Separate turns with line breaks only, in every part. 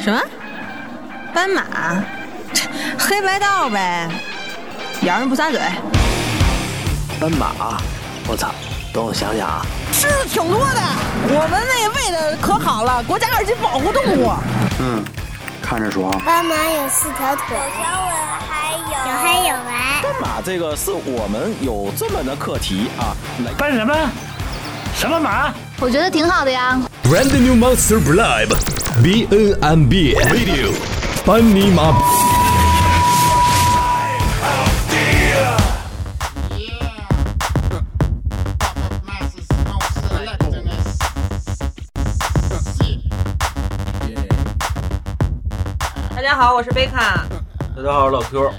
什么？斑马？ 黑白道呗，咬人不撒嘴。
斑马，啊我操！等我想想啊，
吃的挺多的，我们那喂的可好了，国家二级保护动物。
嗯，看着 说啊，
斑马有四条腿，
还有
有黑有白，
斑马啊这个是我们有这么的课题啊，来
搬什么？什么马？
我觉得挺好的呀。
Brand new monster live B N M B radio 班尼马。
大家好，我是贝卡。
大家好，我是老 Q，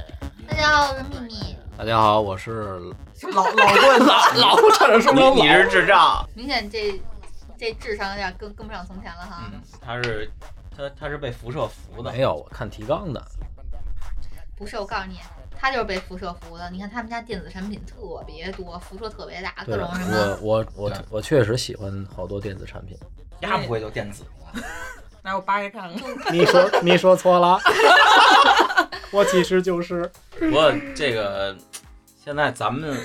大家好，我是秘密。
大家好，我是
老老棍子，
老差点说成
你是智障，
明显这这智商有点跟跟不上从前了
嗯
哈。
他是他他是被辐射服的
没，有，我看提纲的。
不是，我告诉你，他就是被辐射服的。你看他们家电子产品特别多，辐射特别大，各
对，
种什么
我我我我确实喜欢好多电子产品。
压不会就电子。
来，我扒开 看看。
你说你说错了，我其实就是
不过这个现在咱们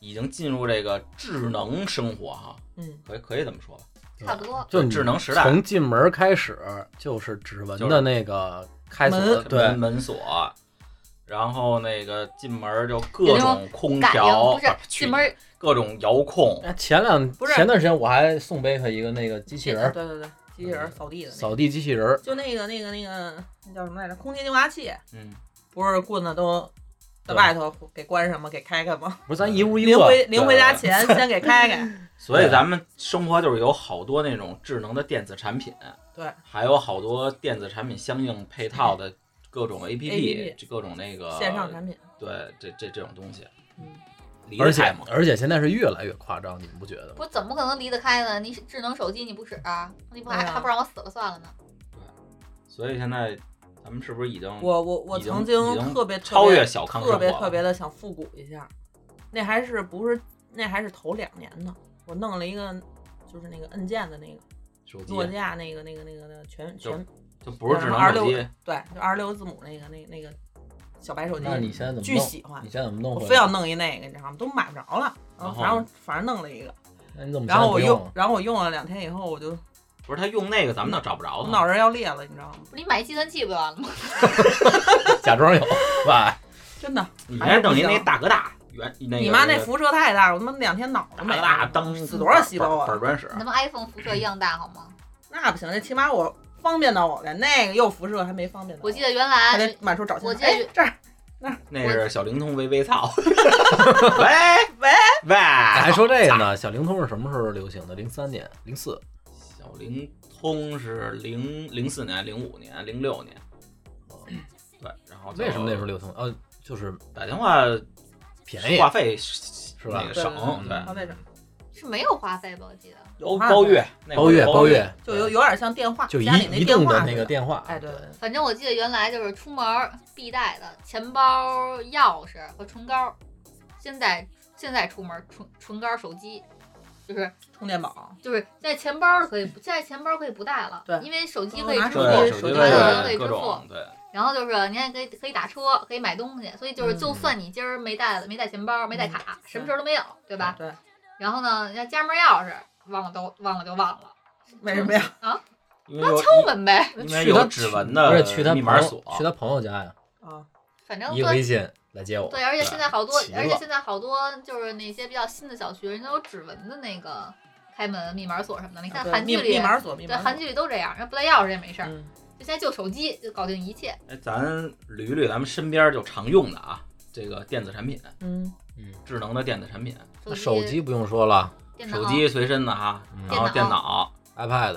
已经进入这个智能生活哈，
嗯，
可以可以这么说吧，
差不多。
就你
智能时代
从进门开始就是指纹的那个开锁
门
的，对
门，门锁，然后那个进门就
有
各
那
种
种
空
感应
调，
不是
啊去
进门
各种遥控，
哎前两
不是
前段时间我还送贝克一个那个机器人儿，
对对对，机器人儿扫地的那个，
扫地机器人儿，
就那个那个那个那叫什么来着？空气净化器，
嗯，
不是棍子都在外头给关上吗？给开开吗？
不是咱一屋一
临
个
回临回家
嗯对
前先给 开开。
所以咱们生活就是有好多那种智能的电子产品，
对，
还有好多电子产品相应配套的各种 APP，
APP
这各种那个
线上产品，
对，这这这种东西，
嗯
理
而
解
且
嘛，
而且现在是越来越夸张，你们不觉得吗？
我怎么可能离得开呢？你智能手机你不使啊？你不还
对啊
还不让我死了算了呢？
所以现在咱们是不是已经
我我我
已经
曾
已经
特别
超
特
越
别
小康生
特
活
别
了
特别的想复古一下，那还是不是那还是头两年呢？我弄了一个就是那个按键的那个
手机
诺基亚那个那个那个那个全
就
全
就不是智能
二
手
六
机，
对，就二十六字母那个那那个小白手机，
那你现在怎么
嗯巨
弄？
喜欢
你现在怎么弄
我
回来？
非要弄一那个，你知道吗？都买不着了，
然后
反正反正弄了一个，
那你怎么现
然
在
后
不
我
用啊
用
了？
然后我用了两天以后，我就
不是他用那个咱们倒找不着
我
他，
脑仁要裂了，你知道吗？
不是你买计算器不就完了吗？
假装 有，喂，
真的，
你
还
还
是
整一
不
那
行
大哥大原那个
你妈那辐射太大了，我他妈两天脑子
大哥
没了
啊
大当
死多少细胞
板
啊！
砖使
你，他妈 iPhone 辐射一样大好吗？
那不行，这起码我方便到我了，那个又辐射还没方便到
我
我
记得原
还
来
得满处找信号。
我记得
哎，这儿
那是小灵通微微操，喂
哎喂
喂，
你还说这个呢？小灵通是什么时候流行的？零三年、零四，
小灵通是零零四年、零五年、零六年，对，然后就
为什么那时候流行？呃，就是
打电话
便宜嗯
话费
是
是
吧
那个省，
对
对，
嗯
啊，为什么？
是没有话费吧？我记得
包包月，那会儿
包月
哎包
包，月，
就有有点像电话，
就
家里
移移
电
动
话
的
似
那个电话，
哎对对
反正我记得原来就是出门儿必带的钱包、钥匙和唇膏。现在现在出门儿唇唇膏、手机，就是
充电宝，
就是在钱包可以不，现在钱包可以不带了，
对
因为手机可以
拿
支
手机
对，
付，
手
手机
机
拿
费
手机可以
费
支
各
付
种，，对，
然后就是你还可以可以打车，可以买东西，所以就是就
嗯
算你今儿没带没带钱包、没带卡，什么事儿都没有，对吧？
对，
然后呢，要家门钥匙忘了都忘了就忘了，
为什么呀？
因为
那
有
敲门呗，
因为
去
有
他
指纹
不
的
是去他
密码
朋友
锁，
去他朋友家呀，
啊，
反正
一
对
微信来接我。
对，而且现在好多
齐，了
而且现在好多就是那些比较新的小区，人家有指纹的那个开门密码锁什么的。你看
啊对
韩剧
密
里，
密码锁，密
对
码
韩
锁。
剧里都这样，人不带钥匙也没事儿，
嗯，
就现在就手机就搞定一切。
哎，咱捋捋咱们身边就常用的啊，这个电子产品，
嗯，
智能的电子产品，
那啊手
手
机不用说了
电脑
手机随身的哈，
嗯
然后电
电
脑，
，iPad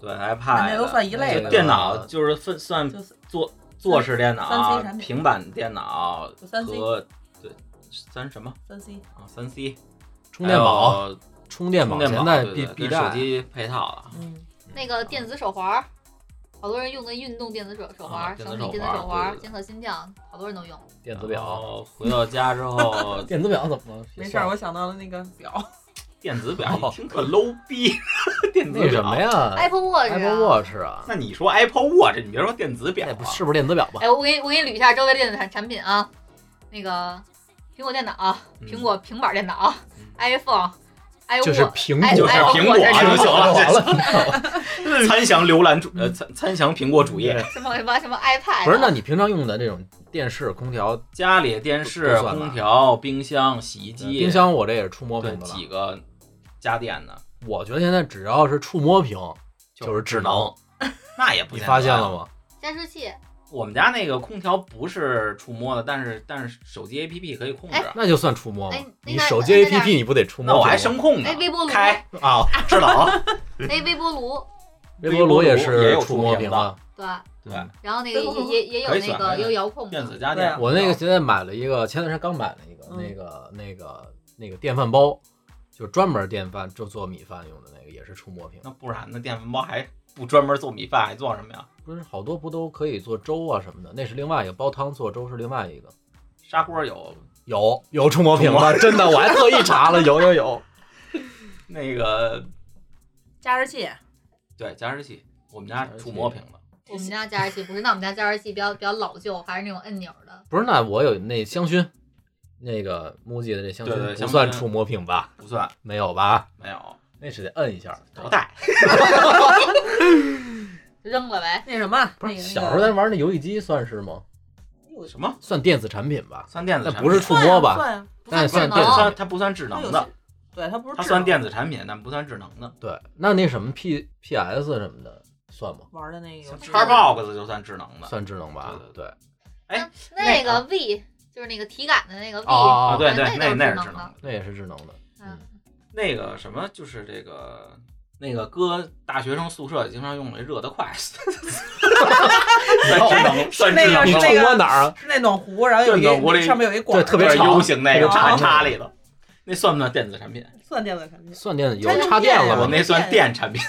对
那
iPad，
都算一类
对
吧，
电脑啊就是分算
就是
坐坐式电
三
脑
C 产、品
平板电脑
就三 C
和对三什么
三 C
啊三 C
充电宝，
还有
充电
哎充
宝
电
现在
对
必
对
必
跟手
带。
机配套了。
嗯，
那个电子手环儿，好多人用的运动电子手手环
啊
儿，
电
小
子
米
手
电子
环儿
手环儿
对对对
监测心跳，好多人都用。
电子
然
表，，
后回到家之后
电子表怎么了？
没事儿，我想到了那个表，
电子表
哦
一听特 low 逼，电子
那什
表
么？呀
Apple Watch 啊
？Apple Watch 啊，
那你说 Apple Watch，你别说电子表
那
啊，
不是不是电子表吧？
哎，我给你我给你捋一下周围电子产产品啊，那个苹果电脑、
嗯
苹果平板电脑、
嗯
iPhone、iWatch，
就是苹
哎
果，
就是苹果
哎
就行
我
好
了，
了好了。
参详浏览主呃参参详苹果主页，
什么什么什么 iPad，
不是，那你平常用的这种电视、空调、呃
家里电视、
不算吧
空调、冰箱、洗衣机、
冰箱，我这也是触摸
对
屏的了。
几个家电呢，
我觉得现在只要是触摸屏，就是智能，
那也不
你
见得啊
发现
呀
了？吗？
加湿器，
我们家那个空调不是触摸的，但是但是手机 APP 可以控制
哎，
那就算触摸了
哎。那
你
那
手机
那那
APP 你不得触
那
摸屏吗？
我还声控呢
哎，，微波炉，
开
哎，
啊，
知道 啊？
微波炉，
微波炉也
也
是
有
触
触摸
摸
屏
屏
的
啊。
对，
对，
然后那个
微波炉
也也也有
可以
那
选
个
的
也有遥控
电子
的
家
对
电
啊，
我那个现在买了一个，前段时间刚买了一个，
嗯
那个那个那个电饭煲，就专门电饭就做米饭用的那个，也是触摸屏。
那不然呢？电饭煲还不专门做米饭，还做什么呀？
不是好多不都可以做粥啊什么的，那是另外一个煲汤做粥是另外一个。
砂锅有
有有触摸屏的，真的，我还特意查了，有有 有。
那个
加湿器，
对加湿器，我们家是触摸屏的，
我们家加湿器不是，那我们家加湿器比较比较老旧，还是那种按钮的。
不是，那我有那香薰，那个 MUJI 的这香
对对
薰
香
不
薰
算触摸屏吧？
不算
没有吧？
没有
那是得摁一下。
多大？
扔了呗，
那什么，
不
那
是
个
小时候咱玩那游戏机算是吗？
什么
算电子产品吧，
算电子
那
产品？
不是触
算
摸
呀
吧？
算呀，
不
那也算
智
电
能
子
它
产品。
它不算智
啊它有些
能的，，
对，它不是
它
智
算
能
电子产品，但不算智能的。
对，那那什么 P P S 什么的算吗？
玩的那个游戏，
Xbox 就算智能的，
算智能吧？
对
对，
哎
那那个 V 就是那个体感的那个 V，
啊，
哦
对对，
那
那
那
那是
是
智能
智能的。
那也是智能的。
嗯，
那个什么，就是这个那个搁大学生宿舍也经常用的 热得快，算智能，算智
那
能
个
你
是
触
那个
了。
摸哪儿啊？
是那暖壶，然后有一
对暖壶
个
里
上面有一管儿，
对特别长哦
有 U 型那
特
个
别
插
长
插里头，那算不算电子产品？
算电子产品。
算电子有
它用
插电
电
了
呀
我
吧？
那算电产 品，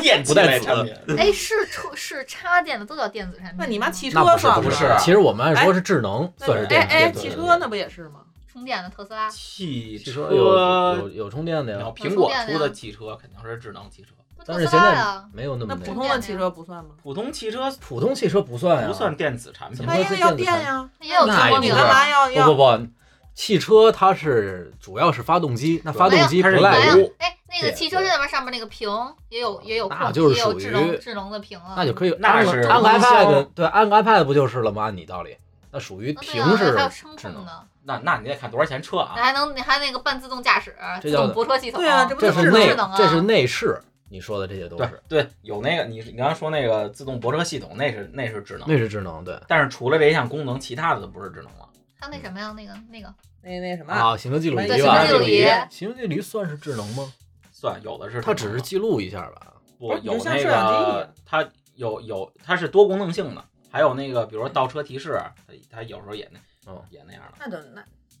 电器类产品。
哎，是触是插电的都叫电子产品。
那你妈汽车
那不是
算
不
是
是，其实我们按说是智能，
那
算是电子
哎哎，
电子嗯
汽
产品
车那不也是吗？
充电的特斯拉，
汽
汽
车
车有有有充电的
然后
呀，
苹果出的汽车肯定是智能汽车，
不啊
但
特
是
斯
现
拉
在
呀，
没有那
那
么
普
那
通
个
的汽车不算吗？
普通汽车
普通汽车不算啊呀，
不算电子产品
怎么
它
会
应
是
该要
电子
电
产品
呀，
也有
那
触摸
也
你
屏
不
干
是哎
啊。
嘛要
不不
要？
不，汽车它是主要是发动机，那发动机不
没有它
赖
是
哎
油
于，
呀，哎，那个汽车这边上面那个屏也有也有
那
控
就是
也有
属于
智能智能的屏啊了，
那就可以
那
安个
是
安个
中箱
iPad，对，安个 iPad 不就是了吗？按你道理，那属于
啊对
平
啊
时
还有声
智
控
能，
呢，
那那你得看多少钱车
那
哎
啊？
还能还那个半自动驾驶、
这
自
叫
动泊车系统，
对啊，这不
这
就是
是
吗
智
内
能啊
这是内饰，你说的这些都
对
是，
对，有那个你你刚才说那个自动泊车系统，那是那是智能，
那是智能，对
但是除了这一项功能，其他的都不是智能了。
还有那什么呀，那个那个
那那什么，
啊，行车记录仪
对
行
吧
车记录，仪，
行车记录仪算是智能吗？
算有的是智能的，
它只是记录一下吧，
不
不是
有
哦你就像
那
摄像机一
个
样
它有有它是多功能性的，还有那个比如说倒车提示，它它有时候也那、
哦
也那样的。
那就那没
我们我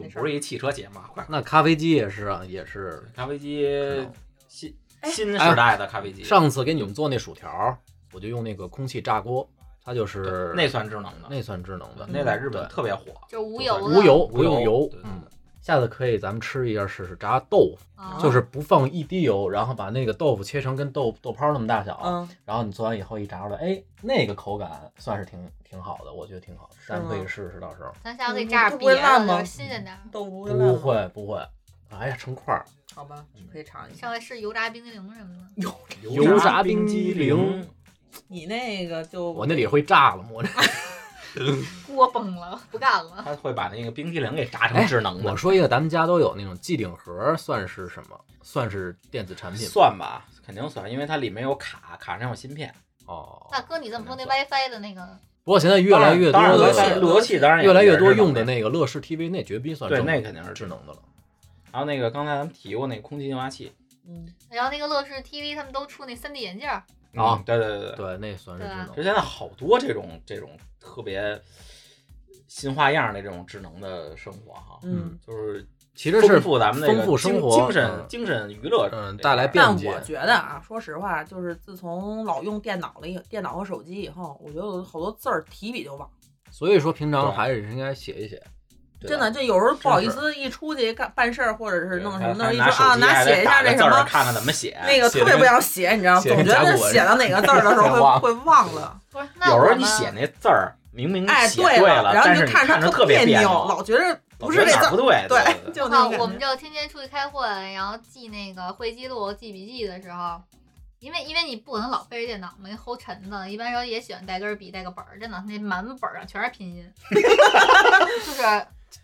们
事
不是一汽车节嘛，快
那咖啡机也是啊，也是
咖啡机
能
新
哎
新时代的咖啡机，
哎上次给你们做那薯条，我就用那个空气炸锅，它就是
那算智能的，
那算智能的，嗯
那在日本特别火，
就是无油
无
的，
油不
油
用油，嗯。下次可以咱们吃一下试试炸豆腐，
啊
就是不放一滴油，然后把那个豆腐切成跟豆豆泡那么大小，
嗯，
然后你做完以后一炸出来，哎，那个口感算是挺挺好的，我觉得挺好，咱们可以试试，到时候
咱下次可以炸点
不会
别
烂
的，
吗
就是新鲜点儿。
豆腐不会烂
不
吗，
会不会，哎呀成块儿，
好吧，可以尝一下
上。回是油炸冰激凌什么的，
油炸冰激凌，
你那个就
我那里会炸了， 我这
锅崩了，不干了。
它会把那个冰激凌给炸成智能的
哎我，说一个，咱们家都有那种机顶盒，算是什么？算是电子产品吗
算吧，肯定算，因为它里面有卡，卡上有芯片。
哦。
大哥，你这么说，那 WiFi 的那个
不过现在越来越多
当然
的
当
当
然
然
路由器当然也
越来越多
是智能
用的那个乐视 TV 那绝逼算
对
正
那肯定是
智
智能。
能的了。
还有那个刚才咱们提过那空气净化器
嗯，
然后那个乐视 TV 他们都出那 3D 眼镜儿，
啊
嗯对对对对
对，那算是智能
其实现在好多这种这种特别新花样的这种智能的生活哈，
嗯，
就是
其实是
丰富咱们那
丰
个
富生活
精精神
嗯
精神娱乐这边儿，
嗯带来便
但
捷
我觉得啊，说实话，就是自从老用电脑了以，电脑和手机以后，我觉得我好多字儿提笔就忘。
所以说平常还是应该写一写，
真的，这有时候不好意思一出去干办事儿，或者是弄什么弄，一
拿
说啊，拿写一下那
这
什么，
看看怎么写。
那个
写
特别
成
不想写，你知道吗？
写成
总觉得
甲骨文
写到哪个字儿的时
别
候
忘
会会忘了。
不是，那
有时候
我
你
们
写那字儿明明
哎，
嗯写
了，然后
但
你
是
就
你
着
着特
特别
别
扭，
扭，
老觉得不
我
是
觉
这
得哪
字
儿
儿
不，对，
对，就那
啊，
种
我们
感觉。
这个天天出去开会，然后记那个会记录、记笔记的时候，因为因为你不可能老背着电脑嘛，齁沉的，一般时候也喜欢带根笔、带个本儿。真的，那满本儿上全是拼音， 就是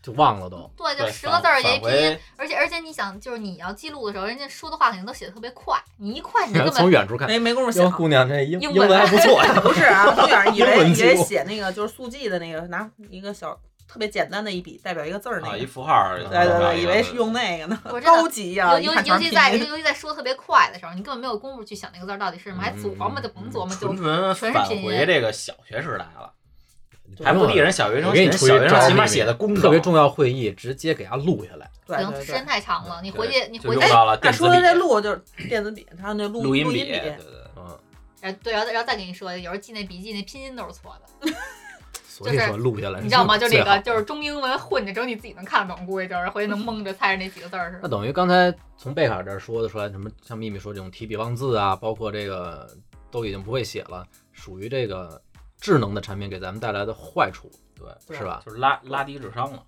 就忘了都。
对，就
对
十个字儿
返
也一拼音。而且而且你想，就是你要记录的时候，人家说的话肯定都写的特别快，你一快你就根
从
本
远处看，
没没工夫
哟，
想，
姑娘这英
英
英
文
文还不错呀。
不是啊，从远以
英
为
文
以
字
为
幕
写那个就是速记的那个，拿一个小特别简单的一笔代表一个字儿那
啊，
个，
一符号，嗯
对
对对
啊
对，以为是用那个呢，
我知道
高级呀，
尤
一
尤
看
尤
全
其
是
在
拼音。
尤其在说特别快的时候，你根本没有功夫去想那个字儿到底是什么，还琢磨就甭琢磨，就
纯纯
全
返
是拼
回
音。
这个小学时代了，
不
还
用
不
了
立人小学
我
生
给
写，
你出一
小学
招
生
儿
起
秘
码
密
写的工整
特别重要会议直接给它录下来，
对
行，
对
时
对
间。太长了，你回去你
就
回
用
去哎
到了
哎那
电子
说的
笔
这录就是电子笔，它那录
录音
音
笔，
笔，
对对对
嗯，
哎，对，然后再然后再跟你说，有时候记那笔记那拼音都是错的，
所以
就是
说录下来，
你知道吗？就那
这
个就是中英文混着，只有你自己能看得懂，估计就是回去能蒙着猜着那几个字儿似的。
那等于刚才从贝卡这儿说的出来，什么像秘密说这种提笔忘字啊，包括这个都已经不会写了，属于这个智能的产品给咱们带来的坏处，
对
是吧？
啊就是拉拉低智商了。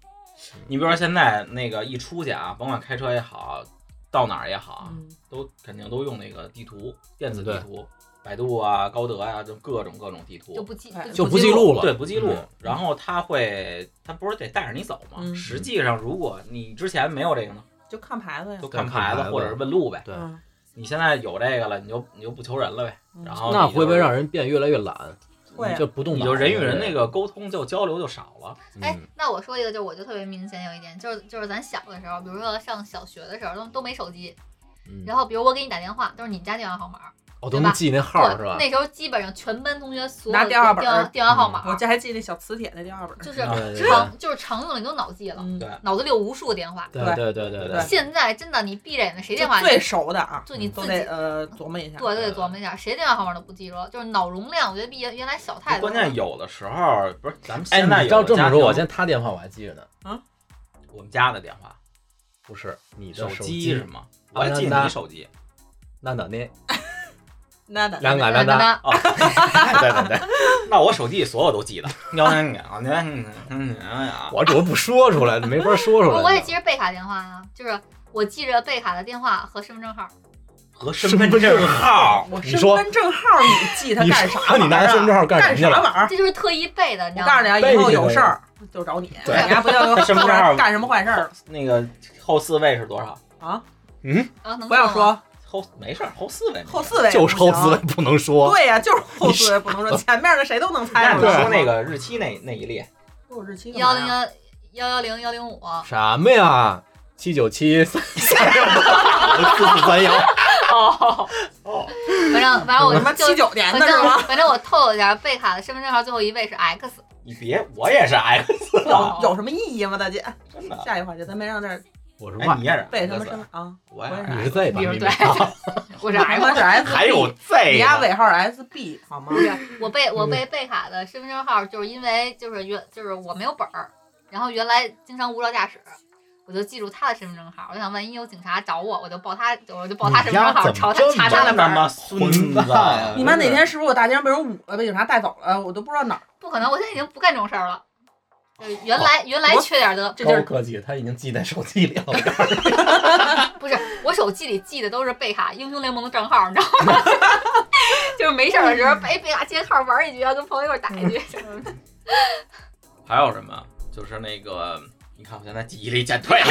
你比如说现在那个一出去啊，甭管开车也好，到哪儿也好啊，
嗯
都肯定都用那个地图，电
嗯
子地图，百度啊、高德啊，就各种各种地
就
图，
不记
哎
就
不
不
记
记录了，
对，不记录
嗯。
然后他会，他不是得带着你走吗？
嗯
实际上，如果你之前没有这个呢，
就看牌子呀
就。
对看
牌
牌
子
子
或者是问路呗。
对
嗯
你现在有这个了，你就你就不求人了呗。
嗯
然后
那
你就
会不会让人变越来越懒？
会啊
就不动
你
脑
就
子
人与人那
了
个沟通就交流就少了？
哎
嗯，
那我说一个，就是我就特别明显有一点，就是就是咱小的时候，比如说上小学的时候都都没手机，
嗯
然后比如我给你打电话，都是你们家电话号码，
哦，
对
都
吧
能记那号儿是
对
吧？
那时候基本上全班同学所有
拿
的
电话本儿嗯
电话号码，
我这还记那小磁铁那第二本儿，
就是
对对
常就是常用的你都脑子记了，
嗯
对，
脑子里有无数个电话。
对
对
对对对
对
现在真的，你闭着眼睛谁电话
就最熟的啊，
就你自
都
己
得呃琢磨一下。
对，都得琢磨一下，谁电话号码都不记住了，就是脑容量，我觉得比原原来小太多
关
了。
键有的时候不是咱们
哎，
现在
你
有
照
的
这
家
么说，
庭
我现在他电话我还记着呢，
我们家的电话，
不是你的
手啊
机
是吗？我还记得你手机。
那哪
那
那
的，
两个
那
两个，
那
哦，对对对，那我手机所有都记 得。幺三九幺三九啊，
我主要不说出来，没法说出
不是
来。
我也记着贝卡电话呀，就是我记着贝卡的电话和身份证号，
和身份证号。
我
你
身
说
份证号你记它
你
干啥
说
玩意儿啊？
你拿身份证号干什么去
啥
了
玩意儿？
这就是特意背的，你知
我
道
告诉你
吗？
啊，
背
以后
你
有
这
事
个
儿就找你，
对
你还不要
身份证号
干什么坏事儿
那个后四位是多少？
啊？
然后能
不要
说吗，
说
后没事儿，后四位没事儿。
后四位
就
不
是
行
后四位不能说，
对呀，就是后四位不能说，前面的谁都能
那
猜
你
出来。
说那个日期那那一列，
有日期干
幺
嘛
零
呀
幺幺幺零幺零五，
什么呀？七九七三三幺八四四三幺，
反正反正我
什么
就
七九年
反
的是
正
吗？
反正我透露一下，贝卡的身份证号最后一位 是 X，
你别，我也是 X
有 有什么意义吗，大姐？
真的。啊
下一个话题，咱别让这儿
我是
哎，
万
你，也是
背他们
X，
身份啊，
我也是
你
X。
是 Z 吧？
你是
你
对
没啊
我是
哪个
X。
是 S？
还有
你
这
家
个，
尾号 SB 好吗
不？ 是，我被我
嗯
被贝卡的身份证号，就是因为就是原就是我没有本儿，然后原来经常无照驾驶，我就记住他的身份证号，我就想万一有警察找我，我就报他，我就报他身份证号，
你
查他
家怎么
查他
这么
的
真
本
他
儿。
妈孙子啊
混蛋！
你妈哪天是不是我大街上被人捂了，被警察带走了，我都不知道哪儿。
不可能，我现在已经不干这种事儿了。就是
哦
原来原来
我
缺点的，
这就
高
是
科技，他已经记在手机里了。
不是我手机里记的都是贝卡英雄联盟的账号，你知道吗？ 就是没事儿的 时候，哎，贝卡接号玩一局，要跟朋友一块儿打一局。
还有什么？就是那个，你看我现在记忆力减退了。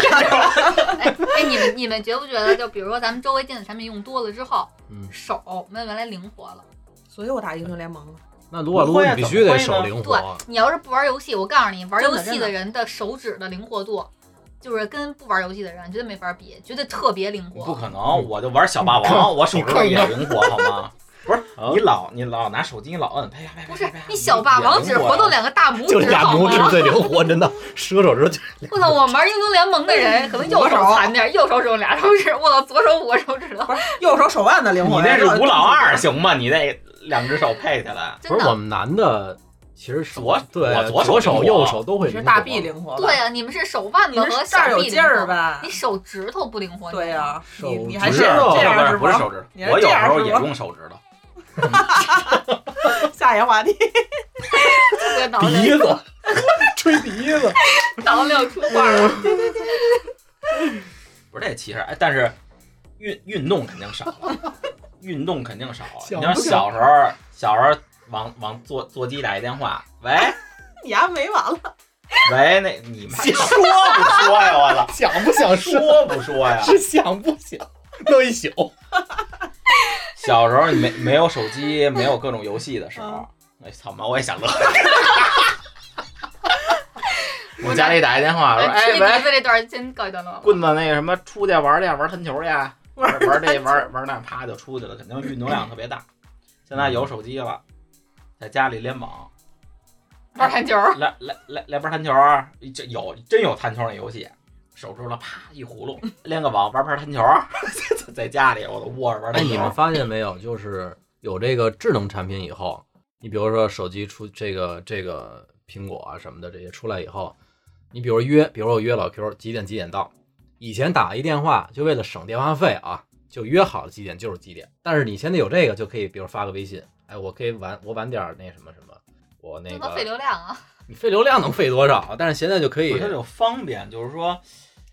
哎，哎，你们你们觉不觉得，就比如说咱们周围电子产品用多了之后，
嗯，
手没有原来灵活了？
所以我打英雄联盟了。
那撸啊撸你必须得手灵
对
活，
你要是不玩游戏，我告诉你，玩
真
游
的
戏
真的
的人的手指的灵活度，就是跟不玩游戏的人绝对没法比，绝对特别灵
不
活。
可能，我就玩小霸王，我手指头也灵活，好吗？不是你老你老拿手机，你老摁，啪啪啪啪啪啪。
不是你小霸王只活动两个大拇
就
指，
俩
好
拇指
吗？
最灵活，真 的折手指头。
我操，我玩英雄联盟的人，可能右手残点，右手只用俩手指，我操，左手五个手指头。
不是右手手腕的灵
你
活，
那是吴老二行吗？你那两只手配起来，
真
不是我
的，
们男的其实手
左
对
我
左
左手灵活
右手都会
你是
灵
大
活
B 灵活吧？
对啊呀，你们是手腕
你
子
那
和
是这
小
儿有
臂
劲儿
灵活，
吧
你？手指头不灵活。
对啊
呀，
呀，
手
你你
指
还
不
这
是
样这
这
样
不
是
是不是啊手指
你，还
我
这
有时
样
候
是
也
吧
用手指头。
下一个话题，
特别倒
鼻
溜，
子吹鼻子，
倒溜出花儿了。
不是这歧视，哎，但是运运动肯定少了，运动肯定少了。
想不
你要
想
小时候，小时候往往座座机打一电话，喂
你还没完了，
喂，那你们
想
说不说呀？我操，
想不想说？
说不说呀？
是想不想？弄一宿，
小时候你没没有手机，没有各种游戏的时候
嗯，
哎操妈，我 也想乐。我家里打一电话说，
吹
哎
笛
喂，
子这段儿先告一段落。
棍子那个什么出去玩去，玩弹球去，啊
玩
玩玩这玩玩那，啪就出去了，肯定运动量特别大。现在有手机了，在家里联网，
玩弹球儿，
来来来来盘弹球啊，这有真有弹球那游戏，手指头啪一葫芦，连个网玩盘弹球， 在家里我都窝着玩
哎，
弹
你们
球。
发现没有？就是有这个智能产品以后，你比如说手机出这个这个苹果啊什么的这些出来以后，你比如约，比如我约老 Q 几点几点到，以前打一电话就为了省电话费啊，就约好了几点就是几点。但是你现在有这个就可以，比如发个微信，哎，我可以晚我晚点儿那什么什么，我那
这
个
能费流量啊！
你费流量能费多少啊？但是现在就可以
它有方便，就是说，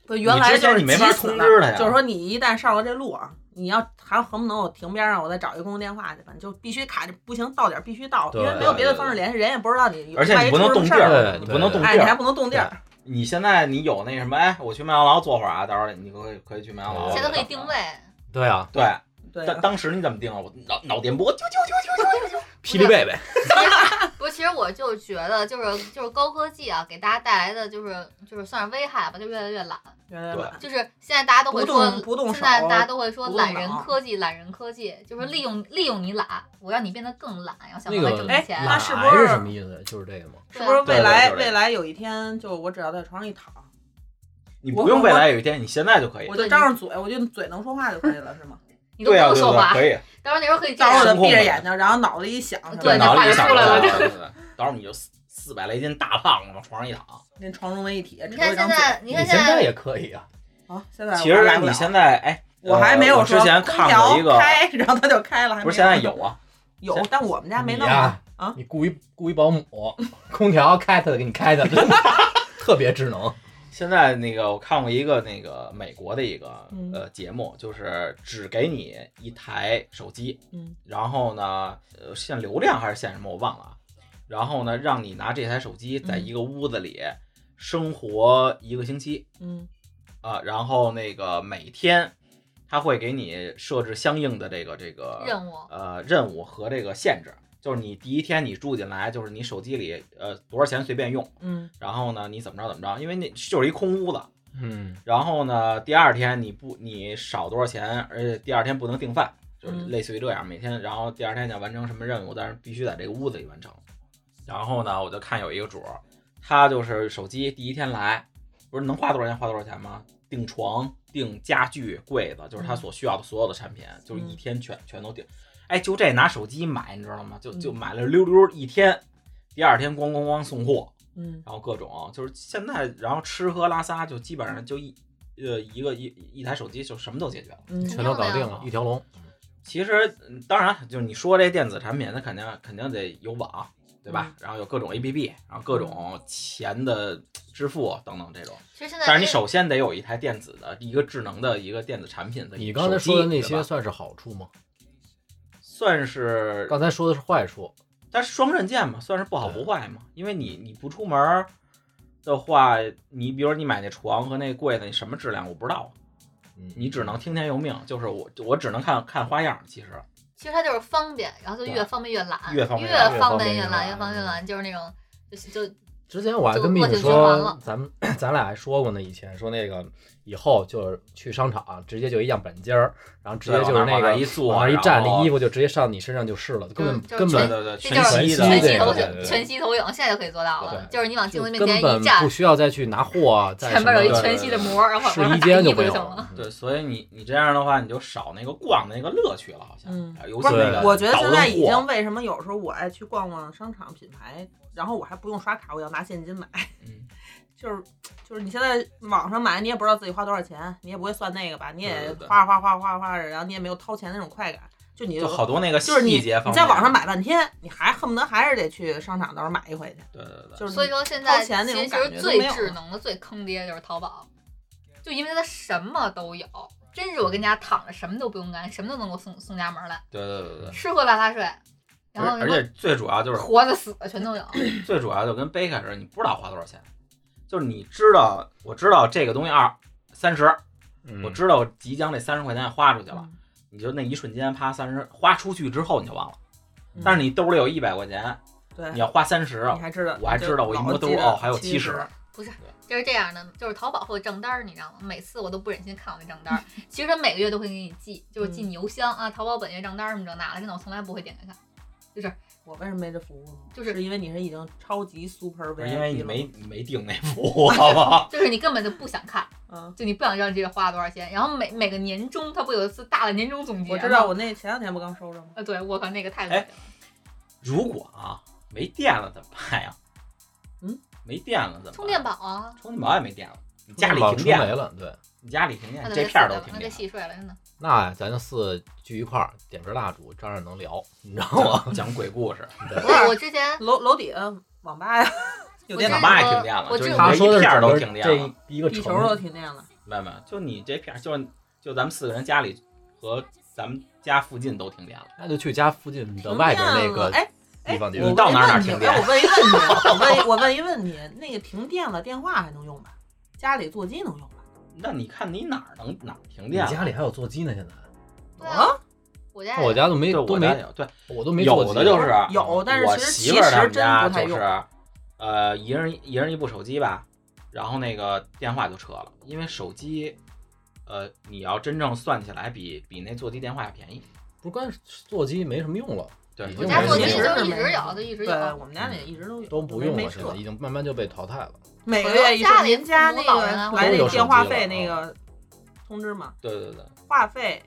对，原来
之前
就是
你没法
急死
通知他呀
就是说你一旦上了这路啊，你要还恨不能我停边上，我再找一公用电话去吧，你就必须卡着，不行到点儿必须到，
对
因为没有别的方式联系，人也不知道你有，
而且
万
你
一
不能
出
动
什么
地
事儿了
儿，
对
你不能动地
哎，你还
儿。
不能动地儿，
你现在你有那什么？哎，我去麦当劳坐会儿啊，到时候你可以可以去麦当劳。
现在可以定 位，
对啊，
对，
对
当当时你怎么定啊？我脑脑电波，啾啾啾啾啾。
霹雳贝贝，
不是，其实我就觉得，就是就是高科技啊，给大家带来的就是就是算是危害吧，就越来越懒。
原来
对
吧
就是现在大家都会说，
不动不动手
现在大家都会说
不动
懒人
脑
科技，懒人科技就是利用利用你懒，我让你变得更懒，要想
那
办法
个
挣
哎
钱。啊
那
懒
是不
癌
是
什么意思？就是这个吗？
是不是
对
未来
对对对
未来有一天，就我只要在床上一躺，
你不用未来有一哎天，你现在就可以
我。就张上嘴，我就嘴能说话就可以了，是 吗？
你都不
对啊，
用
对
说
对，
话，
可以。
到时候那时候可以这
到时候我
样
就闭着眼睛，然后脑子一想，是吧
对
脑
话
里
就
想
出来了
对
就
对对，到时候你就四四百来斤大胖子往床上一躺。
跟床中文一体，
你
只有
看
一张
现
嘴。
在，你
你
看
现在
在，
也可以啊，
啊，现在
其
我还
实
来不
你
了
现在哎，
我还没
呃
有
我
说
之前看过
空
一
调
个，
开， 然后它就开了，还没
不是现在有啊，
有，但我们家没弄
你呀
啊。
你雇一雇一保姆，空调开它的给你开的， 真的特别智能。
现在那个我看过一个那个美国的一个
嗯
呃节目，就是只给你一台手机，
嗯，
然后呢，呃，限流量还是限什么我忘了啊，然后呢，让你拿这台手机在一个屋子里生活一个星期，
嗯，
啊，然后那个每天他会给你设置相应的这个这个
任务
呃任务和这个限制。就是你第一天你住进来，就是你手机里呃多少钱随便用，
嗯，
然后呢你怎么着怎么着，因为那就是一空屋子。
嗯，
然后呢第二天你不你少多少钱，而且第二天不能订饭，就是
嗯
类似于这样，每天然后第二天想完成什么任务，但是必须在这个屋子里完成。然后呢，我就看有一个主儿，他就是手机第一天来，不是能花多少钱花多少钱吗？订床、订家具、柜子，就是他所需要的所有的产品，就是一天全全都订。哎，就这拿手机买，你知道吗？就就
嗯
买了溜溜一天，第二天咣咣咣送货，
嗯，
然后各种啊就是现在，然后吃喝拉撒就基本上就一呃一个一一台手机就什么都解决了。
嗯
全都搞定了，一条龙。
其实嗯当然，就是你说这电子产品，那肯定肯定得有网，对吧？然后有各种 APP，然后各种钱的支付等等这种。
其实现在
但是你
这
首先得有一台电子的一个智能的一个电子产品的手机。
你刚才说的那
对
些
吧
算是好处吗？
算是
刚才说的是坏处，
它是双刃剑嘛，算是不好不坏嘛。因为你你不出门儿的话，你比如你买那床和那柜子，你什么质量我不知道，
嗯
你只能听天由命，就是我我只能看看花样。其实
其实它就是方便，然后就越
对
方便越懒，
越
越
方便越
懒
方便越
越
越
方
方
便
便
越
越
懒
懒，就是那种就是就
之前我还跟秘
就恶
书
性循环
说
了，
咱们 咱俩还说过呢，以前说那个以后就是去商场直接就一样板间儿，然后直接就是
往
那
那
个
儿一坐
往那儿一站，
然后
那衣服就直接上你身上就是了，根
就是
本根
对
本
对对，
这就是
息的
全
全
息
息
这
投
个
对
对对
影，全息投影现在就可以做到了，
对
就是你往镜
就
子面
根
前
本
一站
不，需要再去拿货，啊再
前
什么
面有一
对
全息的膜，然后
试
往上
衣
打
间
衣
就
服就
没有
行了。
了。
对，所以你你这样的话，你就少那个逛的那个乐趣了，好像
嗯，
尤
不
其
是
那个
对
我觉得
倒
现
腾
在已
货
经为什么有时候我爱去逛逛商场品牌，然后我还不用刷卡，我要拿现金买，
嗯，
就是就是你现在网上买，你也不知道自己花多少钱，你也不会算那个吧，你
对
也
对对
花着啊花着花着花着花着，然后你也没有掏钱那种快感，就你
就好多那个
就是你
细节方面，
你在网上买半天，你还恨不得还是得去商场到时候买一回去，
对对对，
就是
所以说现在
掏钱那种
其
感觉
实
都
最
没有
智
了
能的、最坑爹就是淘宝，就因为它什么都有，真是我跟家躺着什么都不用干，什么都能给我送送家门来，
对对对对对。
吃喝拉撒睡，然后
而而且最主要就是
活的死的全都有。
最主要就跟杯开始，你不知道花多少钱，就是你知道，我知道这个东西二三十，
嗯
我知道我即将这三十块钱花出去了，你就那一瞬间啪三十花出去之后你就忘了，
嗯
但是你兜里有一百块钱，
对，
你要花三十，
你还知道，
我还
就
知道我一
老
摸兜
记得
哦还有
70
70
就是这样的，就是淘宝会有账单儿，你知道吗？每次我都不忍心看我那账单儿。其实他每个月都会给你寄，就是寄你邮箱啊，淘宝本月账单儿什么这那的，真的我从来不会点开看，
我为什么没这服务呢？
就是
因为你是已经超级 super
不
VIP
是因为你
了
没你没订那服务，好不好？
就是你根本就不想看，
嗯，
就你不想知道你这个花了多少钱。然后每每个年终，他不有一次大的年终总结吗？
我知道，我那前两天不刚收着吗？
啊，对我靠，那个太恶
哎
心了。
如果啊没电了怎么办呀？
嗯，
没电了怎么办？
充电宝啊，
充电宝也没电了，你
家
家
里
里
停
停
电
电
没，了，对，
你家里停电
那，
哎这
得
片儿都
死了
停
那
电
得
了。
细睡了，真的。
那咱就四聚一块儿，点根蜡烛，照样能聊，你知道吗？
我 讲鬼故事，
不是我之前
楼楼底下网吧呀，有
我
电
知
脑
网
吧，
吧也停电了，
我
就是
知
你
道
这
他说的
一
是
片儿
整
都
个
停电
这
了。
一一个
地球都
城，
停电了。
明白没有？就你这片儿，就是就咱们四个人家里和咱们家附近都停电了。
那就去家附近的外边那个
停电了哎，
地方去。
我
你到哪儿哪儿停电
哎我问一问题，我问一我问一问题，那个停电了，电话还能用吧？家里座机能用吧？
那你看你哪儿能哪儿停
你
电了？
家里还有座机呢，现在
对啊，我家
我
也
家都没
对，
都
我
没
家，有，对，
我都没座机
有的就是啊
有但是
我
其实
媳妇儿他们
其实真不
家
太
就是
用，
呃，一人一人一部手机吧，然后那个电话就撤了，因为手机，呃，你要真正算起来比，比那座机电话要便宜。
不是关键是座机没什么用了，
对，
我
我有
家
人
座
也
机
有
就
人
一直
没
有，就哎一直
嗯对，
有。
我们家那也一直都有，
都不用
没
了，
撤
现在已经慢慢就被淘汰了。
每个月一是您家那
我
个
有家里
来那
都
个
有手机
电话
了
费
啊
那个通知嘛，
对对对，
话费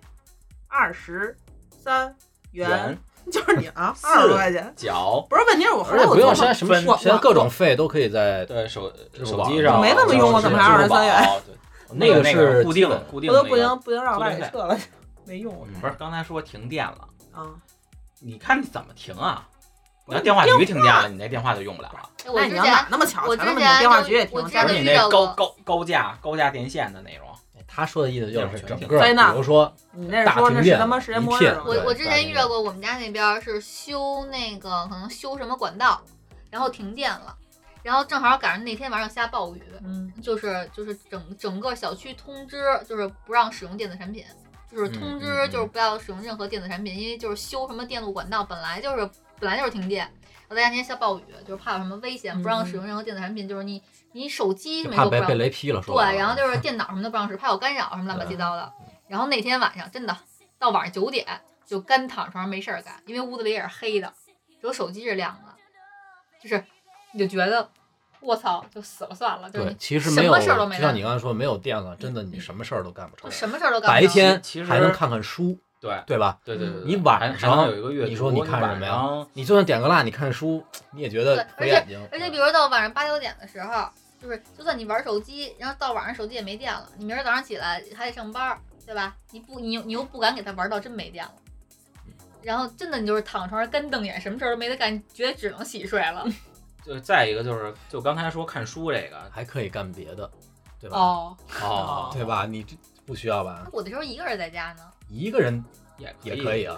二十三元
元，
就是你啊，
四
二十多块钱。
角，
不是问题，是我后
而
来
且
我
不用，
琢
现
磨
在什么
我
现在各种费都可以在
对手
支付
手
宝
机上
没那么用啊怎么还
支付宝
23元？
对
那个是
固定
基本
固定
我
的
都
那
不
个
行，不行，让我爸给撤了， 没用
不是刚才说停电了，
啊。
你看你怎么停啊？
不
你
是
要电话局停电了，你那电话就用不了了。
哎我
那
之
你
前
要哪那么巧，
我
全
之
他妈
前
电话
就
局也
我
停，
之
家
前
而
就
里
且
遇
你
也
那
到过
高高高架高架电线的那种，
他说的意思就是整个，
灾难
比如说
你那是
大
说
停
那是
电
他妈世界
一
末日
片
了吗？
我
对
我之
大
前
停
遇
电
到过，我们家那边儿是修那个可能修什么管道，然后停电了，然后正好赶上那天晚上下暴雨，
嗯，
就是就是整整个小区通知就是不让使用电子产品，就是通
嗯
知
嗯嗯
就是不要使用任何电子产品，因为就是修什么电路管道本来就是本来就是停电。我在家那天下暴雨，就是怕有什么危险，不让使用任何电子产品，就是你你手机什
嗯就
么
怕
都不
被
让
被雷劈了，说白
对，
了
然后就是电脑什么的不让使，怕有干扰什么乱七八糟的。然后那天晚上真的到晚上九点就干躺床上没事儿干，因为屋子里也是黑的，只有手机是亮的，就是你就觉得我操，就死了算了，就是
对
你，
其实
什
没有，
么事儿都没
就像
干
你刚才说没有电了，真的你什么事儿都干不成
就。什么事儿都干不
白
了。
天
其实
还能看看书，
对
对吧？
对对对，
你晚
还
上
还能有一个阅读，
你说你看什么呀
晚上？
你就算点个蜡，你看书，你也觉
对
得
而
毁
且
眼睛。嗯
而且比如到晚上八九点的时候，就是就算你玩手机，然后到晚上手机也没电了，你明儿早上起来还得上班儿，对吧？你不你又你又不敢给他玩到真没电了。
嗯
然后真的你就是躺床上干瞪眼，什么事儿都没得干，觉得只能洗睡了。
就再一个就是，就刚才说看书这个，
还可以干别的，对吧？
哦，
哦
对？吧？你这不需要吧？
我的时候一个人在家呢，
一个人
也
也可以啊，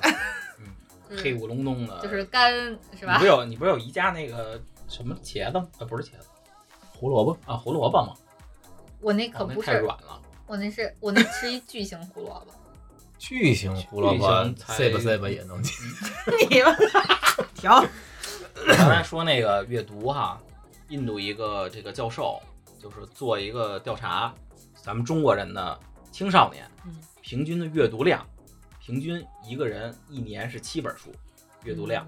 就是
黑咕隆咚的，
就是干是
嗯你
吧
不？有你不是有宜家那个什么茄子吗？呃，不是茄子
胡萝卜
啊，胡萝卜吗？
我那
哦
可
那
不
太
是，
软了，
我那是我那是一巨型胡 萝卜，
巨型胡萝
巨
卜
型才
塞吧塞吧也能进。
你们停，
刚才说那个阅读哈，印度一个这个教授就是做一个调查，咱们中国人的青少年
嗯
平均的阅读量，平均一个人一年是七本书，阅读
嗯
量。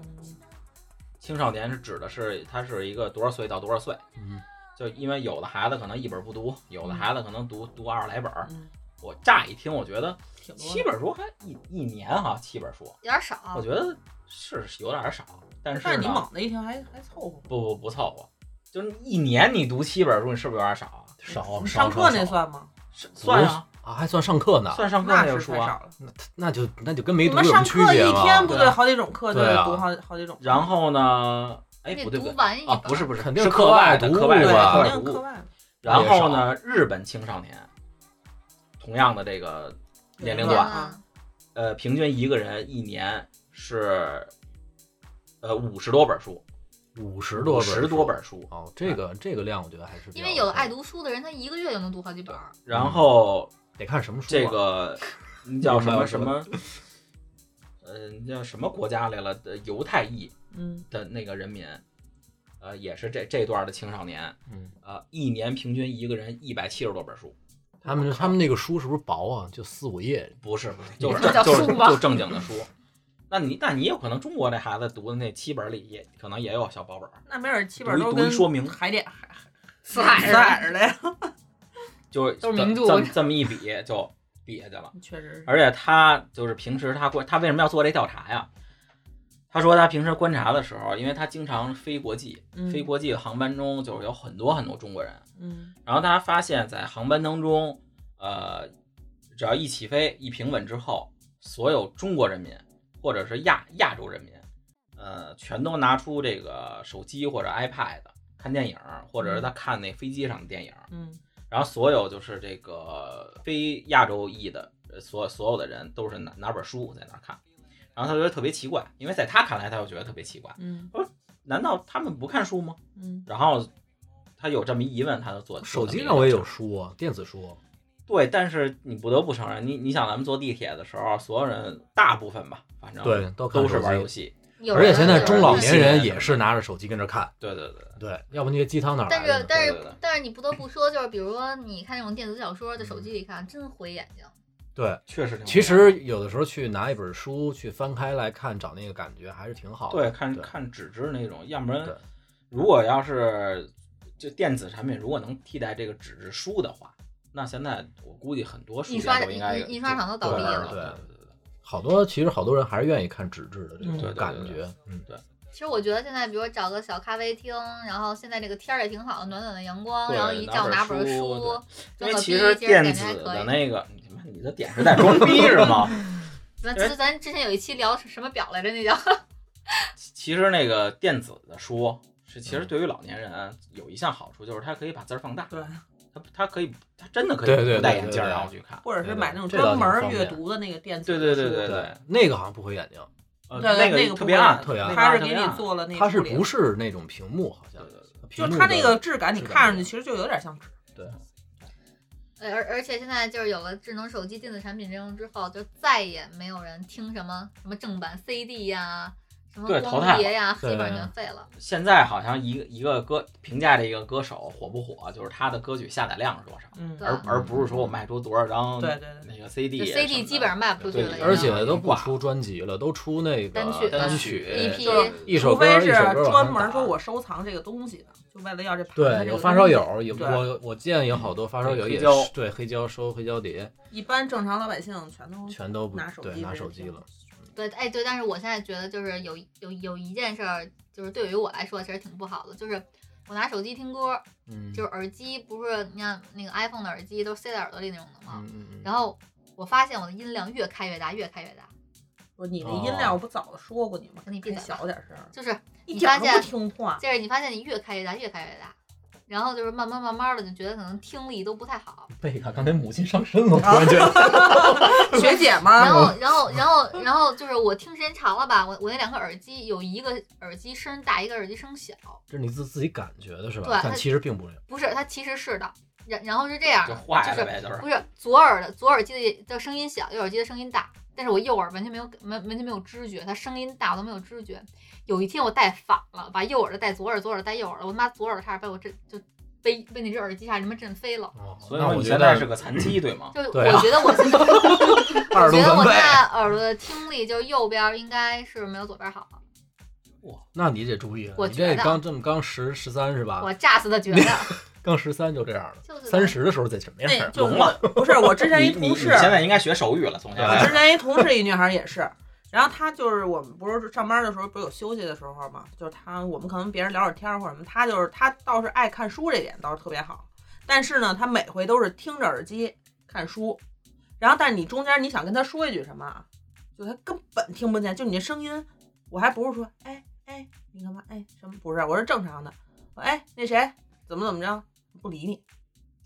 青少年是指的是他是一个多少岁到多少岁，
嗯，
就因为有的孩子可能一本不读，有的孩子可能读读二十来本儿，
嗯
我乍一听，我觉得
挺多的啊
七本书还一一年哈，七本书，
有点少。啊
我觉得是有点少，但是
但是你
呢
猛的一听还还凑合。
不不不凑合，就是一年你读七本书，你是不是有点少啊？
少
嗯上课那算吗？
是算
啊
啊，
还算上课呢，
算上课
那
就是书
太
啊。
少了。
那就那就跟没
我
读
们
有什
上
么区
课
别
一
嘛？
天不
对
得
啊
好几种课，就
对
得
啊
读好好几种。
然后呢，哎，
你
不
得
对不
读
对
完一
啊，
本，
不是不是，
肯定
是
是
课
课
外
外
的
读
课
物
外
对，
的
啊
课外
肯
读
定课
物。
外的。
然后呢，日本青少年同样的这个年龄
挺
嗯
多
段，
啊
呃，平均一个人一年是呃五十多本书，
五十多本，
十多。本书。哎
哦，这个这个量我觉得还是比
因
较
为有的爱读书的人，他一个月就能读好几本儿。
然后
得看什么书啊。
这个那叫什
明白
么
了
什么，嗯，叫什么国家来了？呃犹太裔
嗯，
的那个人民，呃，也是这这段的青少年，
嗯，
呃，一年平均一个人一百七十多本书，
他们他们那个书是不是薄啊？就四五页。
不是不是，就是
这叫
就是
书吗
就正经的书。那你那你有可能中国这孩子读的那七本里也可能也有小薄本儿，
那没准七本
读
都
一
跟
读一说明
海典海
四 海
四海似的呀。
就
都是名著
这么这么一比就比下去了。
确实是，
而且他就是平时他观他为什么要做这调查呀？他说他平时观察的时候，因为他经常飞国际，
嗯
飞国际的航班中就是有很多很多中国人，
嗯
然后大家发现，在航班当中，呃，只要一起飞一平稳之后，所有中国人民或者是亚亚洲人民，呃，全都拿出这个手机或者 iPad 看电影，或者是他
嗯
看那飞机上的电影。
嗯，
然后所有就是这个非亚洲裔的，呃所所有的人都是拿拿本书在那儿看，然后他觉得特别奇怪，因为在他看来，他就觉得特别奇怪，
嗯
难道他们不看书吗？
嗯，
然后他有这么一疑问，他就做
手机
做这么一
上我也
个
有书啊，电子书。
对，但是你不得不承认，你你想咱们坐地铁的时候，所有人大部分吧，反正
对
都
都看
是
手机
玩游戏。
有
而且现在
的
中老年人
有
也是拿着手机跟着看。
对对对，
对，要不那些鸡汤哪儿
但
来的
是
呢？
但
对对
是
对
但是你不得不说，就是比如说你看那种电子小说，在手机里看，真毁眼睛。
对，
确实挺好玩。
其实有的时候去拿一本书去翻开来看，找那个感觉还是挺好的。
对，看
对
看纸质那种，要不然
对
如果要是就电子产品，如果能替代这个纸质书的话，那现在我估计很多书
印刷
店都应该
印印刷厂都倒
闭了
对对对对
好多其实好多人还是愿意看纸质的这
嗯对
种
对对
感
对
觉。嗯，
其实我觉得现在，比如找个小咖啡厅，然后现在这个天儿也挺好的，暖暖的阳光，
对
然后一觉拿
拿
本
本
儿
书
书，
对，
装
因
个
为
逼，
其
其
实
实
电
感
子
觉还可
的
以。
那个，你妈你的点是在装逼是吗？
咱咱咱之前有一期聊什么表来着？那叫
其实那个电子的书是，其
嗯
实对于老年人啊有一项好处，就是它可以把字儿放大，
对，
它它可以，它真的可
对对对
以不戴眼
对
镜儿
对
然后去看。
或者是
对对
买那种
这倒
专
挺
门
方
阅
便
读的那个电子
对
的
对对
书
对
那个好像不毁眼睛，
呃，
对对，那
个特
不
别
会
暗，
的
特别暗
它是
那
给
个暗
你做了那个
它是
处理
不是那种屏幕？好像
对对对
屏
就
幕
是
的
它那个质感，你
质感
看
不
上
一
去
样
其实就有点像纸。
呃而而且现在就是有了智能手机、电子产品这种之后，就再也没有人听什么什么正版 CD 呀、什么
对淘汰
光
了
碟呀、
对
黑板全废了。
现在好像一个一个歌评价这个歌手火不火，就是他的歌曲下载量是多少，
嗯，
对
而而不是说我卖出多少张
对对对
那个
就
CD 什么的。
CD 基本上卖不出去
对
了，
而
已经
且都不出专辑了，都出那个
单曲
单
单
曲
一批
就是
一首
除
歌
非
一
是
首歌往
专
上
门
打
说我收藏这个东西的，就为了要这盘它这
对
个
有发烧
东
友，
西
有
对
我我见有好多发烧友
黑
也
胶
是对黑胶收黑胶碟，
一般正常老百姓全都
全都不
嗯拿手
对
机
拿
这
手
种
机了。
对，哎对，但是我现在觉得就是有一有有一件事儿，就是对于我来说其实挺不好的，就是我拿手机听歌，
嗯，
就是耳机不是你看那个 iPhone 的耳机都是塞在耳朵里那种的嘛，
嗯嗯嗯，
然后我发现我的音量越开越大，越开越大，
不是你这
哦
音量，我不早说过你吗？
你闭
开
嘴吧
小点声儿，
就是
一
你
点
发
儿都不听
现
话。
就是你发现你越开越大，越开越大，然后就是慢慢慢慢的就觉得可能听力都不太好，
嗯贝卡刚才母亲上身了，突然觉得
学姐
然
吗？
后，然后，然后，然后就是我听时间长了吧，我我那两个耳机有一个耳机声大，一个耳机声小，
这是你自自己感觉的是吧
对？
但
它
其实并不是。
不是，它其实是的。然然后是这样
就
的，
坏
就
了
是
呗，就是
不是左耳的左耳机的的声音小，右耳机的声音大，但是我右耳完全没有完完全没有知觉，它声音大我都没有知觉。有一天我戴反了，把右耳的戴左耳，左耳戴右耳了，我妈左耳差点被我震就被被那只耳机差点他妈震飞了。
哦
所以
那
说你
我觉
现在
得
是个残疾，对吗？
就是
对啊
我觉得 我现在，
二
我
度
觉得
翻
我现
倍。
在耳朵的听力就是右边应该是没有左边好。
那你得注意了，啊
我
你
觉
这
得
刚这么刚十十三是吧？
啊我炸死的觉得，
刚十三就这样了，
就是
三十的时候得什么样
那
儿？
就
聋了
我不是我之前
你
一
你
同
你
事，
现在应该学手语了，从现
我
在
之前一同事一女孩也是，然后她就是我们不是上班的时候不是有休息的时候嘛，就是她我们可能别人聊会儿天儿或者什么，她就是她倒是爱看书这点倒是特别好，但是呢，她每回都是听着耳机看书，然后但是你中间你想跟她说一句什么啊，就她根本听不见，就你这声音，我还不是说哎哎你干嘛哎什么不是，我是正常的，我哎那谁怎么怎么着不理你，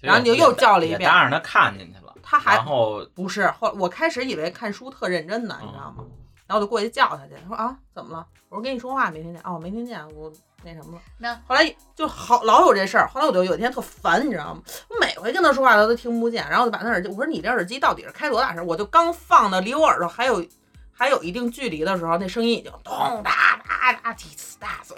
然后你就又叫了一遍
也搭上他看进去了，
她还
然后
不是，后我开始以为看书特认真呢，你知道吗？然后我就过去叫他去，他说啊，怎么了？我说跟你说话没听见啊，我没听见，我那什么了。
那
后来就好老有这事儿，后来我就有一天特烦，你知道吗？我每回跟他说话他都听不见，然后我就把他耳机，我说你这耳机到底是开多大声？我就刚放到离我耳朵还有还有一定距离的时候，那声音已经咚哒哒哒滴呲哒嗖，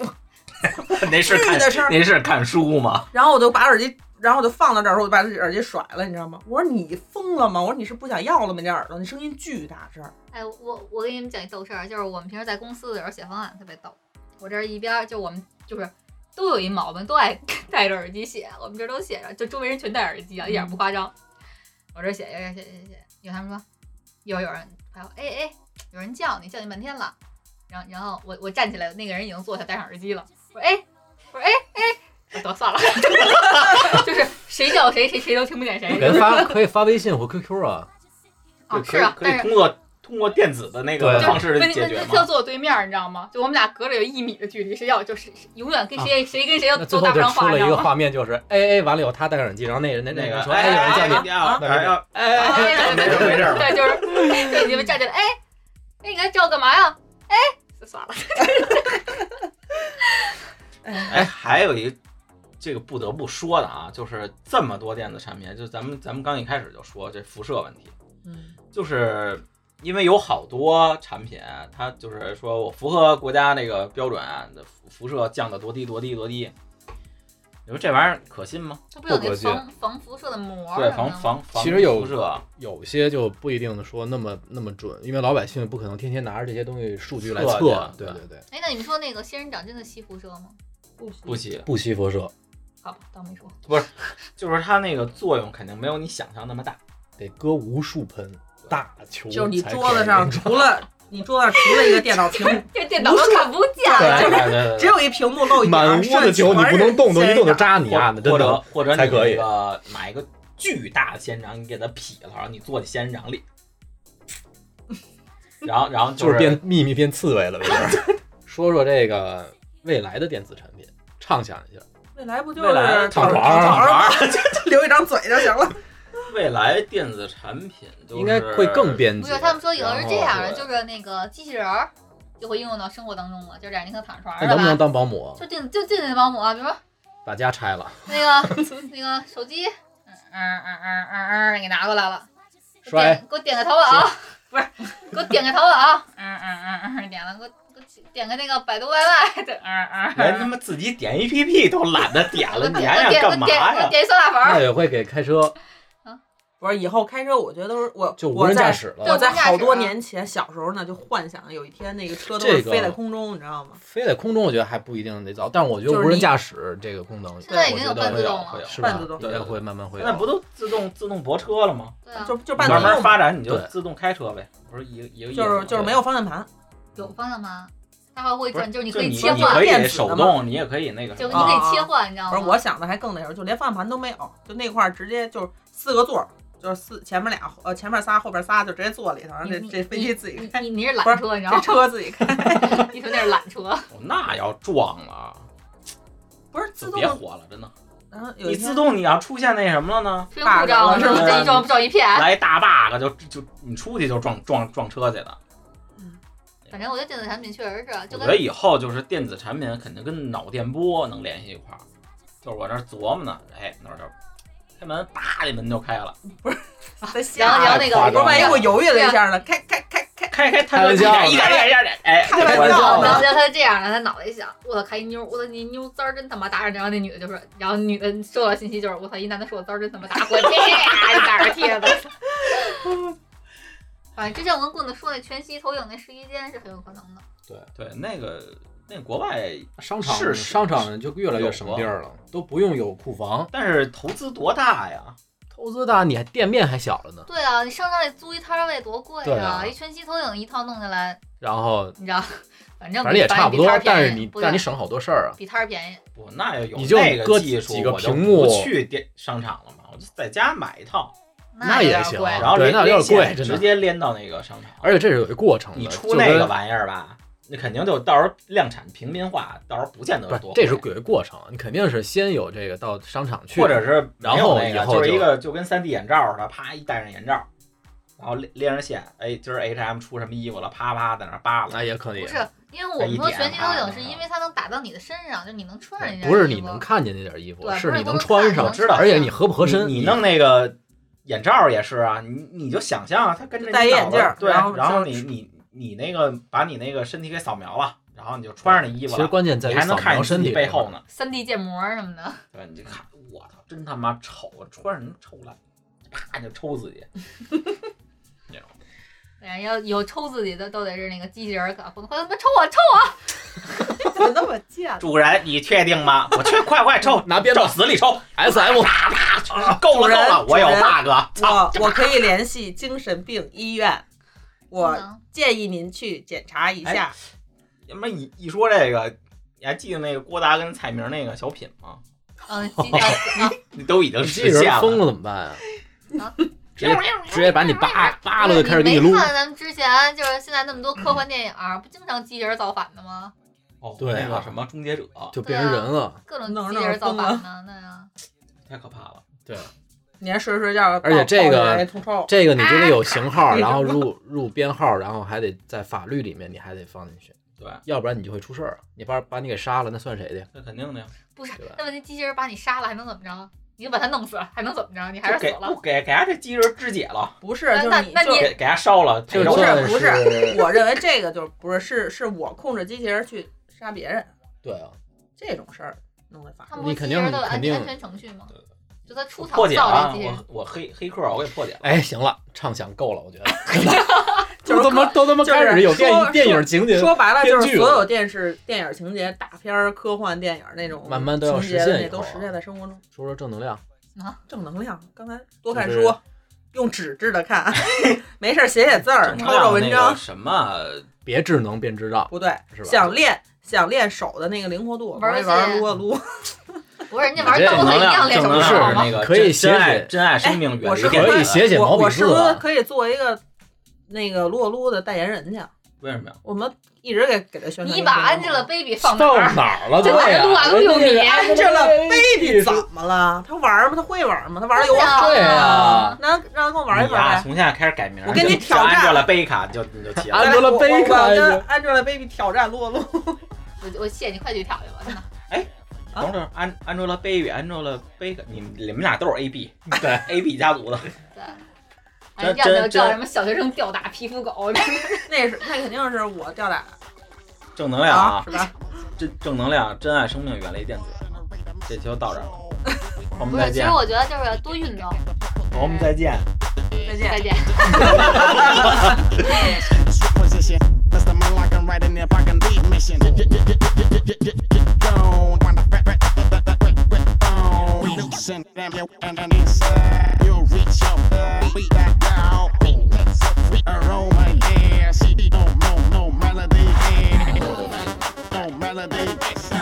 那是看
至于的事儿
那是看书吗？
然后我就把耳机，然后我就放到这儿，我就把这耳机甩了，你知道吗？我说你疯了吗？我说你是不想要了吗？这耳朵，那声音巨大声。
哎，我我给你们讲一逗事儿，啊就是我们平时在公司的时候写方案特别逗。我这儿一边儿就我们就是都有一毛病，都爱 戴着耳机写。我们这儿都写着，就周围人全戴耳机啊，一点儿
嗯
不夸张。我这儿写写写写写，有他们说，有有人还有哎哎，有人叫你，叫你半天了。然后然后我我站起来，那个人已经坐下戴上耳机了。我说哎，我说哎哎，得算了， 就是谁叫谁谁谁都听不见
给
谁。
人发可以发微信或 QQ 啊，
哦，
可
是
以
啊，
可
但
以
是
通过通过电子的那个
对
方式
问题
解
问
决
题
吗
就？坐我对面儿，你知道吗？就我们俩隔着有一米的距离，谁要就是永远跟谁、谁跟谁
那
都
最
都
后
搭不
就
上
出
话，
了
你知
一个
道吗？
画面，就是哎哎，完了以后他戴上耳机，然后那人那那
那个
个人说哎有人叫
哎
你，
哎哎哎哎
啊
哎哎，没事没事吧，
对，就是对你们站起来，哎，哎，你该叫我干嘛呀？哎，算了，
哎，还有一这个不得不说的啊，就是这么多电子产品，就咱们咱们刚一开始就说这辐射问题，
嗯，
就是因为有好多产品，啊它就是说我符合国家那个标准，辐辐射降的多低多低多低。你说这玩意儿可信吗？
这不有
不
那
隔绝
防防辐射的膜儿
对，
什么
防
的吗
防防
其实有
辐射，
有些就不一定说那么那么准，因为老百姓不可能天天拿着这些东西数据来
测
测
的，
对
对
对对，
哎，那你们说那个仙人掌真的吸辐射吗？
不行，
不吸辐射，
好吧，当没说。
就是它那个作用肯定没有你想象那么大。
得搁无数盆大球，
就是你桌子上除了你桌子上除了一个电脑屏幕，
这电脑都看不见
对对
了，
对
只有一屏幕露一点儿
满屋的球，你不能动动一动就。扎你啊！那真
或者
的，
或者你
才可以
那个买一个巨大的仙人掌，你给它劈了，然后你坐在仙人掌里，然后然后
就是
是
变秘密变刺猬了，没事儿。说说这个未来的电子产品，畅想一下，
未来不就
未来
是
躺床
躺
儿
床上 留一张嘴就行了？
未来电子产品就是
应该会更便
不
捷
是。他们说有的是这样
然
的，
后对
就是那个机器人儿就会应用到生活当中了，就是俩人可能躺床
那
上了
能不能
吧，
当保姆？
就定就定那保姆啊，比如说。
把家拆了，
那个 那个手机，嗯嗯嗯嗯嗯嗯，给拿过来了，给我
摔
点给我点个淘宝啊， 不是，给我点个淘宝啊，嗯嗯嗯嗯，点了，给我给我点个那个百度 YY 的，嗯嗯
连他
嗯，
妈自己点 APP 都懒得点
我
了，你
点
还
我
想
点我
干嘛
点我
呀？哎
点一酸辣 粉
那
儿，
也会给开车
不是，以后开车我觉得都是我
就无
我
人驾
在
驶
我
了，
在好多年前小时候呢，就幻想有一天那个车都
这
是
个
飞在空中，你知道吗？
飞在空中我觉得还不一定得早，但是我觉得
就是
无人
你
驾驶这个功能，我
现在已
觉
经有
得
半
会
自
有
动
会有
了，
是吧
半自？动
应该会慢慢会
现在
有。
不都自动自动泊车了吗？
对
嗯
啊，
就就半
慢
自
慢
动嘛，
发展，你就
对
自动开车呗，不是一个一个意思
就
吗
是就是没有方向盘，
嗯
有方向吗？它还会
不是
转，就是你
就
可以
你
切
你
换
可，
电
以
子的
手
嘛
动，你也可以那个什
就
么
你
啊
可以切换，你知道
不是
吗？
我想的还更那什么，就连方向盘都没有，就那块儿直接就是四个座儿，就是四前面俩呃前面仨后边仨就直接坐里头，然后
你
这
你
这飞机自己
你
开，
你你是
不
缆
是
车，你知道
这
吗？
车自己开，
你说那是缆车，
哦那要撞了，啊
不是自
就
动
别。活了，真的。
然后有
你
一
自
天
动你要出现那什么了呢？
出现故障了，
是吧
这一撞不
嗯
撞一片，
啊
来一大 bug 就就你出去就撞撞撞车去了。
反正我觉得电子产品确实是，啊
我
就
觉
跟
得以后就是电子产品肯定跟脑电波能联系一块儿，就是我这儿琢磨呢，哎，那儿就开门，叭，这门就开了，
在下
然后然后那个
不是万一我犹豫了一下呢，开开开 开，
开开，它
开
就
玩
一
笑
点一点一点一点一点，哎，
开玩
就关
笑呢
上
然后
了
然后他就这样了，他脑袋一想，我操，开一妞，我操，你妞滋儿真他妈大！然后那女的就说，然后女的收到信息就是，我操，一男的说我滋儿真他妈大，我这呀，打着贴的。反正之前我跟棍子说那全息投影那试衣间是很有可能的，
对，那个那国外，
商场
是是啊
商场就越来越省地儿了，都不用有库房，
但是投资多大呀？
投资大，你还店面还小了呢。
对啊，你上那里租一摊位多贵
对
啊！
啊
一全息投影一套弄下来，
然后
你知道，反正
反正也差不多
比摊儿，便宜
但是你
不
但是你
对
省好多事儿啊。
比摊儿便宜，
不，那要有
你就
那
搁
个技术，
几个
我就
屏幕
不去电商场了嘛，我就在家买一套，
那
有
也
点
行
贵
啊
然后
对
连
那有点
连
贵
线
真的
直接连到那个商场。
而且这是有一个过程的，
你出
嗯就
那
跟
个玩意儿吧，那肯定就到时候量产平民化，到时候不见得
不
有
是
多，贵。
这是有一个过程，你肯定是先有这个到商场去，
或者是没有那个，
然后以后
就是
就
一个就跟三 D 眼罩似的，啪一戴上眼罩，然后连连上线，哎，今儿 H&M 出什么衣服了，啪啪在那儿扒
那
拉，
也可以啊
不，是，因为我们
哎
说
一点
全息投
啊
影是因为它能打到你的身上，就你能穿上啊人家
不是
衣
你
服
能看见那件衣服，
对
是
不是
你
都
能
能
穿
看
上，
能知道
而且你合不合身，
你你弄那个眼罩也是啊，你你就想象它跟着你
戴一
脑子
眼镜儿
对，
然后
然后你你你那个把你那个身体给扫描了，然后你就穿上那衣服
其
了，
实关键在
你
于
还能
扫
看
描
你自
身体
己背后。呢，
三 D 建模什么的，
对，你就看，我操，真他妈丑，啊穿上能臭烂，啪就抽自己，
对啊，要有抽自己的都得是那个机器人儿搞，不能快他妈抽我抽我！
怎么那么
啊
贱？
主人你确定吗？我去，快快 抽，
拿鞭 子
照死里抽。
S M
啪啪，够
主
了够了，
人
我有
主人啊
bug，
我
操！
我可以联系精神病医院，
不
我
能
建议您去检查一
哎
下。
他妈一一说这个，你还记得那个郭达跟蔡明那个小品吗？
嗯，机啊啊
你都已经
机器
实现
人疯
了，
了怎么办啊
啊？
直接直接把你扒扒了，就开始给你
没
撸。
看咱们之前就是现在那么多科幻电影儿，不经常机器人造反的吗？
哦
对啊
那个什么终结者，
就变成人了，
各种
弄着
机器
弄着
人造
疯
反呢，对啊，
太可怕了。
你还睡着睡觉，
而且这个
通抽，
这个你就得有型号，
啊
然后入入编号，然后还得在法律里面你还得放 进去，
对，
要不然你就会出事儿。你把把你给杀了，那算 谁的呀？
那肯定的呀，
不是
对吧，
那问题机器人把你杀了还能怎么着？你就把他弄死了还能怎么着？你还
就是
死
给
了
不。给给他这机器人肢解了，
不是
那
就
那
是你
那
就
你
是
给给他烧了，哎
就
赔肉
算
不是
是
我认为这个就是不是是是我控制机器人去杀别人
对啊，
这种事儿弄的法
他
律。
们不是
你肯
机器人
定
都有安
肯定
安全程序吗？就他出草
破解
造
了，啊
这机器人
我，我黑黑客我给破解了。
哎，行了，畅想够了，我 觉得
就是
都他妈都他妈
就是
开始有电
说
影电影情节，
说白了就
编
是
剧
所有电视、电影情节、大片儿、科幻电影那种
慢慢都要
情
实
节
现
的那
以后
都
啊
实现在生活中。
说说正能量，
正能量，刚才多看
就是
书，用纸质的 看，没事儿写写字儿，
整
抄
不了
抄文
那个
章。
什么
别智能变智障，
不对，
是吧？
想练想练手的那个灵活度，
玩
玩
儿
一玩
游
儿
戏
撸啊撸。
不是人家
你
玩
这
刀
正
子
能
一
量，
样
正
练手
能
是
好
量
吗？
那个
可以
真真爱
写
真爱生命，
我
远
是不是
离电
可以
台。
写写毛
我
笔
我是
字
不是
了，
可以做一个那个撸啊撸的代言人去？
啊为什么呀？
我们一直给给他宣传。
你把 Angelababy 放哪
到
儿？
哪儿了？
这
对
哪
呀
儿录完了有你
Angelababy 怎么了？她玩儿吗？她会玩儿吗？她玩儿游戏
真的啊
对呀，
那让她跟我玩一
你呀
玩呗。
从现在开始改名儿，
我跟你挑战啊
安了贝卡就你就齐了。
安德
Angelababy
贝卡
我
呀
跟 Angelababy 挑战撸啊撸。
我我谢你快去挑去吧，真的。
啊
等会儿安 Angelababy，Angelababy，你们你们俩都是 AB
对
AB 家族的，
对，哎，
真
要不要
真真
叫什么小学生吊打皮肤狗？
那是那肯定是我吊打
正能量啊
是，吧？
正正能量，珍爱生命，远离电子。这期就到这 儿了，我们
不
再
是，其
见
实，我觉得就是多运动。
我们再见。
再见
再。见。
position. That's the man like I'm riding if I can be mission. Release and damn you and and inside you'll reach out, beat that down, beat that sweet aroma, yeah. CD no no no melody, yeah. No melody, yes.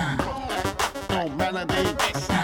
no melody, yes.